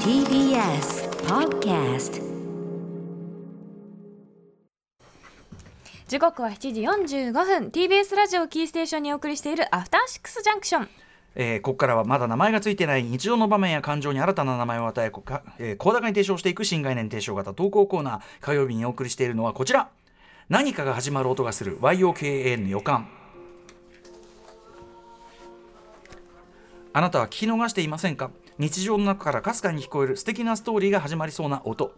TBS Podcast 時刻は7時45分 TBS ラジオをキーステーションにお送りしているアフターシックスジャンクションえーここからはまだ名前がついてない日常の場面や感情に新たな名前を与えこか、えー、小高に提唱していく新概念提唱型投稿コーナー火曜日にお送りしているのはこちら何かが始まる音がする YOKA の予感あなたは聞き逃していませんか日常の中からかすかに聞こえる素敵なストーリーが始まりそうな音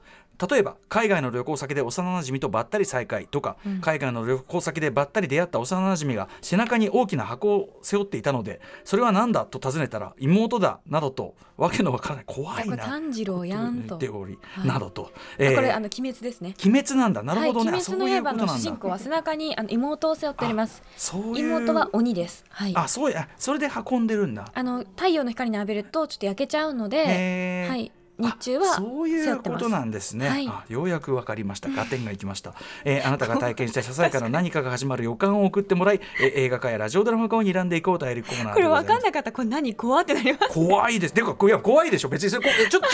例えば海外の旅行先で幼馴染とばったり再会とか、海外の旅行先でばったり出会った幼馴染が背中に大きな箱を背負っていたのでそれは何だと尋ねたら妹だなどとわけのわからない怖いこれな炭治郎やん言とっており、はいなどと、えーこれあの鬼滅ですね鬼滅なんだなるほどね、はい、あ鬼そう滅いのうこ刃となのんだ主人公は背中にあの妹を背負っておりますそういう妹は鬼ですはいあそうやそれで運んでるんだあの太陽の光に浴びるとちょっと焼けちゃうのへでーはい日中はあそうい背う負ってこますとなんですね、はいあようやくわかり ました合点がいきました、えーあなたが体験した ささやかな何かが始まる予感を送ってもらい、えー映画化やラジオドラマ化を睨んでいこうというコーナーこでれございます分かんなかったこれ何怖ってなります怖いですてかこいや怖いでしょ別にそれこうち ょちょ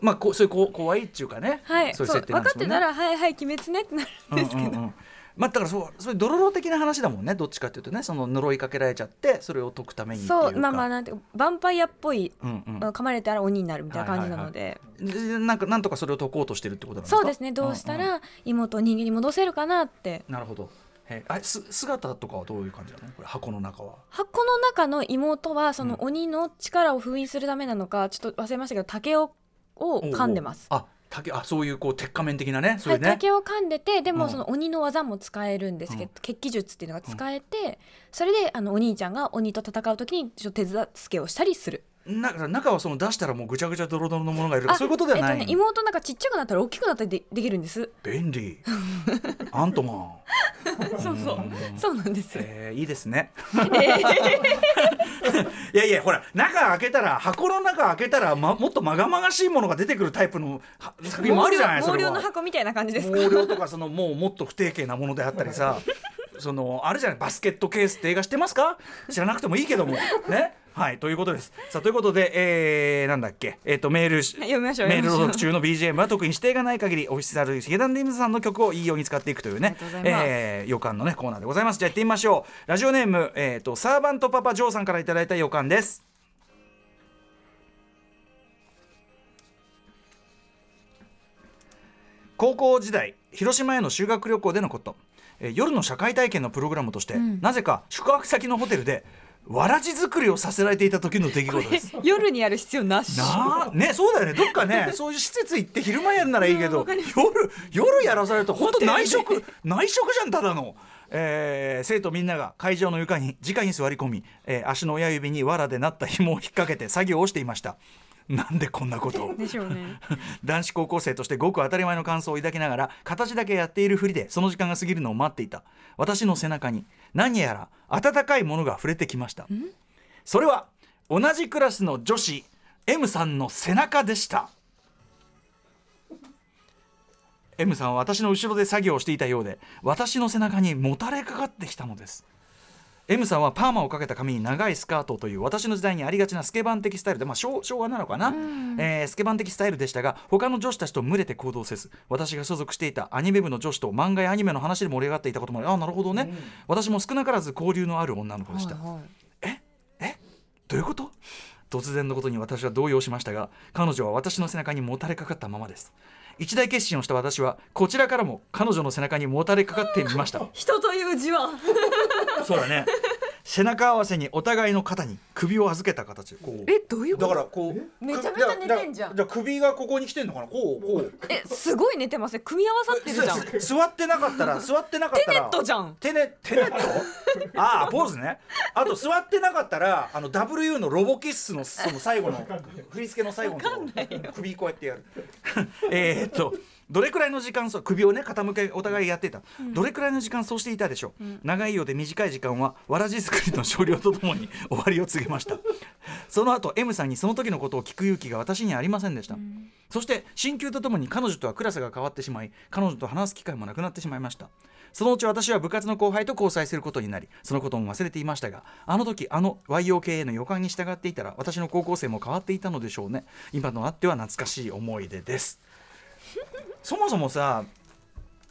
まあこうそういうこう怖いっていうかね、はいそういうそう設定な分んかですっもてんたねらはいはい鬼滅ねってなるんですけど、うんうんうんまあ、だからそうそういうドロロ的な話だもんねどっちかっていうとねその呪いかけられちゃってそれを解くためにっていうかそうまあまあなんていうかヴァンパイアっぽい、うんうん噛まれたら鬼になるみたいな感じなので、でなんかなんとかそれを解こうとしてるってことなんですかそうですねどうしたんんら妹を人間に戻せるかなってなるほどへあす姿とかはどういう感じなのこれ箱の中は箱の中の妹はその鬼の力を封印するためなのかちょっと忘れましたけど竹をを噛んでます。おうおうあ竹あそういうこう鉄仮面的なねそはれい、ね、竹を噛んでてでうもんその鬼の技も使えるんですけど、う血気術っていうのが使えて、それであのお兄ちゃんが鬼と戦う時にちょっと手助けをしたりするだから中はその出したらもうぐちゃぐちゃドロドロのものがいるとかそういうことではない、えっとね、妹なんかちっちゃくなったら大きくなったりでできるん です、便利アントマンそうそうそうなんですよ、えーいいで すね。いやいやほら中開けたら箱の中開けたら、ま、もっとまがまがしいものが出てくるタイプのは作品もあるじゃないそ毛れ量はの箱みたいな感じですか毛量とかそのもうもっと不定形なものであったりさそのあるじゃないバスケットケースって映画知ってますか知らなくてもいいけどもねはいということですさあということで、えー、なんだっけ、えー、とメールし 読みましょうメール読み朗ま読しょ中の BGM は特に指定がない限りオフィシャルヒゲダンディムズさんの曲をいいように使っていくというあねりがとうございますえー予感のねコーナーでございますじゃあやってみましょうラジオネーム、えー、とサーバントパパジョーさんからいただいた予感です高校時代広島への修学旅行でのこと、えー夜の社会体験のプログラムとして、なぜか宿泊先のホテルでわらじ作りをさせられていた時の出来事ですう 夜にやる必要なしなあねそうだよねどっか ねそういう施設行って昼間やるならいいけど夜夜やらされると本当内職内職じゃんただの。えー生徒みんなが会場の床に直に座り込み、えー足の親指に藁でなった紐を引っ掛けて作業をしていましたなんでこんなことをでしょうね 男子高校生としてごく当たり前の感想を抱きながら形だけやっているふりでその時間が過ぎるのを待っていた私の背中に何やら温かいものが触れてきましたそれは同じクラスの女子 M さんの背中でした M さんは私の後ろで作業をしていたようで私の背中にもたれかかってきたのです M さんはパーマをかけた髪に長いスカートという私の時代にありがちなスケバン的スタイルで、まあ、昭昭和なのかな、えースケバン的スタイルでしたが他の女子たちと群れて行動せず私が所属していたアニメ部の女子と漫画やアニメの話で盛り上がっていたこともありあなるほどね、私も少なからず交流のある女の子でした、どういうこと突然のことに私は動揺しましたが彼女は私の背中にもたれかかったままです一大決心をした私はこちらからも彼女の背中にもたれかかってみました 人という字はそうだね背中合わせにお互いの肩に首を預けた形こうえどういうことだからこうめちゃめちゃ寝てんじゃんだからだから首がここに来てんのかなこうこうえすごい寝てますね組み合わさってるじゃんテす座ってなかったら座ってなかったらネットじゃんテネテ ネットああポーズねあと座ってなかったらあの W のロボキッスのその最後の振り付けの最後のところ首こうやってやる えーっとどれくらいの時間そう首をね傾けお互いやっていた、どれくらいの時間そうしていたでしょう、長いようで短い時間はわらじ作りの少量とともに終わりを告げましたその後 M さんにその時のことを聞く勇気が私にはありませんでした、そして進級とともに彼女とはクラスが変わってしまい彼女と話す機会もなくなってしまいましたそのうち私は部活の後輩と交際することになりそのことも忘れていましたがあの時あの YOKA の予感に従っていたら私の高校生も変わっていたのでしょうね今となっては懐かしい思い出です そもそもさ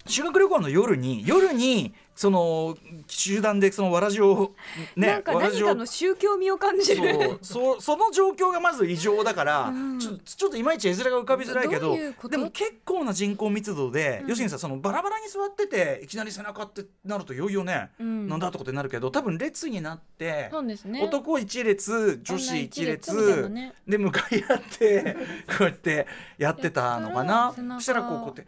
修学旅行の夜に夜にその集団でそのわらじをねなんかわら何じかをの宗教味を感じそるうそうその状況がまず異常だから、うんちょちょっといまいち絵面が浮かびづらいけどどういうことでも結構な人口密度で、うん要するにさそのバラバラに座ってていきなり背中ってなるといよいよね、うんなんだってことになるけど多分列になって、そうですね男一列女子一列女一みたいなねで向かい合ってこうやってやってたのかなやったら背中そしたらこうこうやって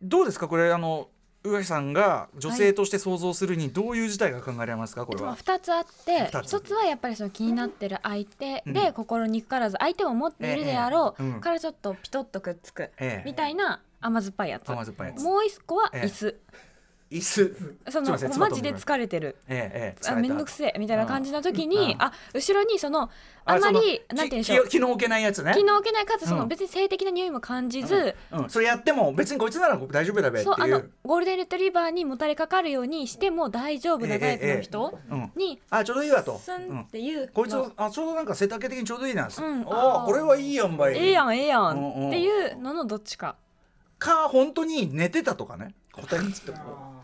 どうですかこれあの上垣さんが女性として想像するにどういう事態が考えられますかこれでもは。 2つあって二つ一つはやっぱりその気になってる相手で、うん心にくからず相手を持っているであろう、ええええうんからちょっとピトッとくっつくええみたいな甘酸っぱいやつ、甘酸っぱいやつもう一個はええ椅子、椅子そすいのませんマジで疲れてるええええ、あめんどくせえみたいな感じの時に、うんあ後ろにそのあんまりなんて言うんでしょう昨日置けないやつね気の置けないかつそうのん別に性的な匂いも感じず、うん、それやっても別にこいつなら大丈夫だべってそうあいのうゴールデンレトリバーにもたれかかるようにしても大丈夫なタイプの人ええええうんにあちょうどいいわと、スうンんっ、ていうこいつのあちょうどなんか背丈的にちょうどいいなんです、うんああーあこれはいいやんばいええやんんええやうんうんんっていうののどっちかか本当に寝てたとかね答えにつっても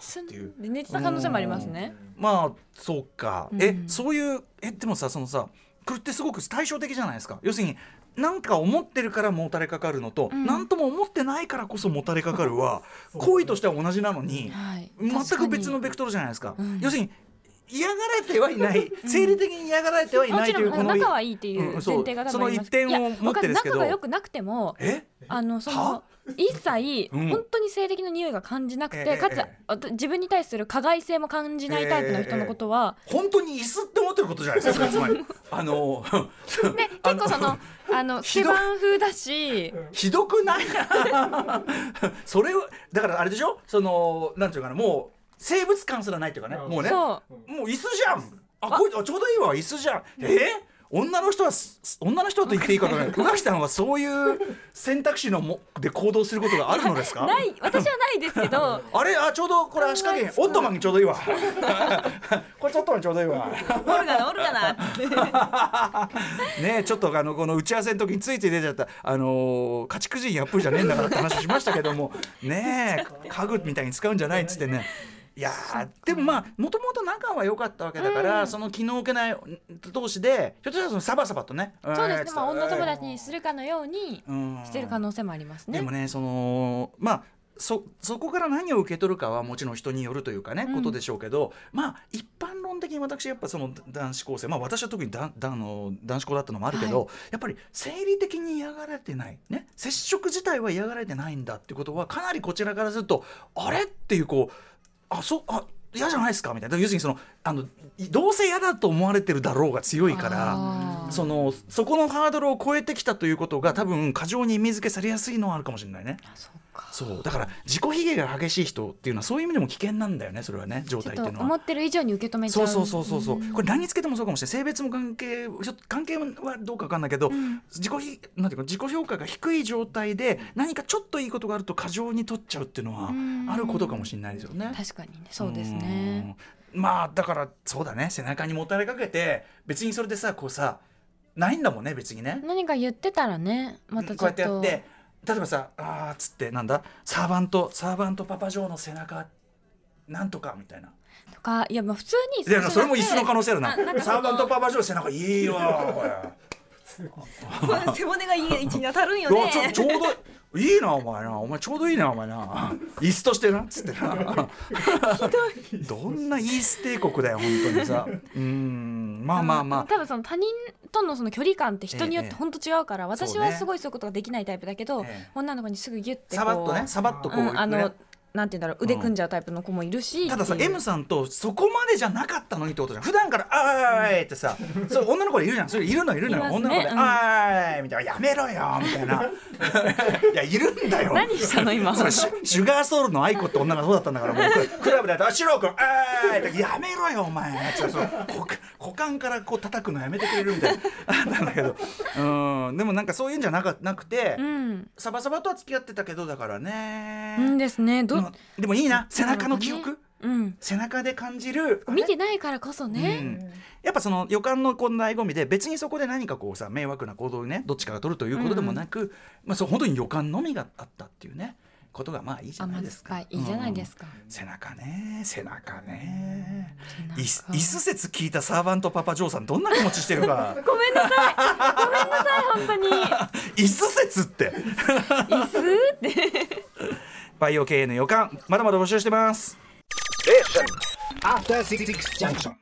スンっていうで寝てた可能性もありますねまあそうか、うえんそういうえでもさそのさこれってすごく対照的じゃないですか要するになんか思ってるからもたれかかるのと、うんなんとも思ってないからこそもたれかかるは行為としては同じなのに、はい全く別確かのにベクトルじゃないですか、うん要するに嫌がられてはいない、生理的に嫌がられてはいもなちいといろうんこあのの仲はいいっていうう前んそう提が多分ありますその一点をいや持ってですけわかんない仲どが良くなくてもえあのそはの一切うん本当に性的な匂いが感じなくえて、えかつええあと自分に対する加害性も感じないタイプの人のことは、本当に椅子って思ってることじゃないですかつまりあのね結構そのあのスひケどいバン風だし、ひどくない それをだからあれでしょそのなんていうかなもう生物感すらないっていうかねもうねそもう椅子じゃんあこいつあちょうどいいわ椅子じゃんえー女の人はすす女の人と言っていいかとね宇垣さんはそういう選択肢のもで行動することがあるのですう かない私はないですけ どあれあちょうどこれ足加減オットマンにちょうどいいわこれちょっとマンちょうどいいわオルガナオルガナってねえちょっとあのこの打ち合わせの時についつい出ちゃったあのー、家畜人やっぷりじゃねえんだからって話しましたけどもねえ家具みたいに使うんじゃないっつってねいやーでもまあもともと仲は良かったわけだから、その気の置けない同士でひょっとしたらそのサバサバとねそうですね、まあ、女友達達にするかのようにしてる可能性もありますね。でもねそのまあそそこから何を受け取るかはもちろん人によるというかね、うんことでしょうけどまあ一般論的に私やっぱその男子高生まあ私は特にだだあの男子校だったのもあるけど、やっぱり生理的に嫌がられてないね接触自体は嫌がられてないんだってことはかなりこちらからするとあれっていうこうあそうあ嫌じゃないですかみたいな要するにそのあのどうせ嫌だと思われてるだろうが強いから。あーそのそこのハードルを超えてきたということが多分過剰に意味付けされやすいのはあるかもしれないねあそうかそうだから自己卑下が激しい人っていうのはそういう意味でも危険なんだよねそれはね状ちょっ態っとていうの思は。ってる以上に受け止めちゃそううそうそうそうそうこれ何につけてもそうかもしれない性別も関係ちょっと関係はどうかわかんないけど、自己ひなんていうか自己評価が低い状態で何かちょっといいことがあると過剰に取っちゃうっていうのはうんあることかもしれないですよね。確かにねそうですねうん。まあだからそうだね背中にもたれかけて別にそれでさこうさないんだもんね別にね。何か言ってたらねまたちこょうやっってやとって例えばさ「あー」っつってなんだサーバントサーバントパパジョーの背中なんとかみたいな。とかいやまあ普通にいやそれも椅子の可能性あるなあなんかそのサーバントパパジョーの背中いいわ性 背骨がいい位置に当たるんおよいい やちょちょうどいいなお前なお前ちょうどいいなお前な椅子としてなっつっ てなどんなイース帝国だよ本当にさうーんまあまあまあ多分その他人とのその距離感って人によっえてえ本当違うから、私そうはねすごいそういうことができないタイプだけど、ええ女の子にすぐギュッてこうさばっとねさばっとこう、うん、あの、ねなんて言うんだろう腕組んじゃうタイプの子もいるし、たださっていう M さんとそこまでじゃなかったのにってことじゃん普段から「あーい」ってさそれ女の子でいるじゃんそれいるのいるのいよ、ますね女の子で「うんあーい」みたいな「やめろよ」みたいな「いやいるんだよ」何したの今それシュシュガーソウルの愛子って女がそうだったんだからもうククラブだと「あシロー君あーい」って「やめろよお前」ってその股間股間からこう叩くのやめてくれるみたいなあったんだけどうんでもなんかそういうんじゃなかなくて、うん、サバサバとは付き合ってたけどだからねうんですねど、もでもいいな背中の記憶、うん、背中で感じる見てないからこそね、うんやっぱその予感のこの醍醐味で別にそこで何かこうさ迷惑な行動をねどっちかが取るということでもなく、まあ、そう本当に予感のみがあったっていうねことがまあいいじゃない甘です酸か。っぱいいいじゃないですか、か、背中ね背中ね背中いす椅子説聞いたサーバントパパジョーさんどんな気持ちしてるかごめんなさいごめんなさ 椅子説ってい本当に椅子ってバイオ経営の予感まだまだ募集してます After Six Junction.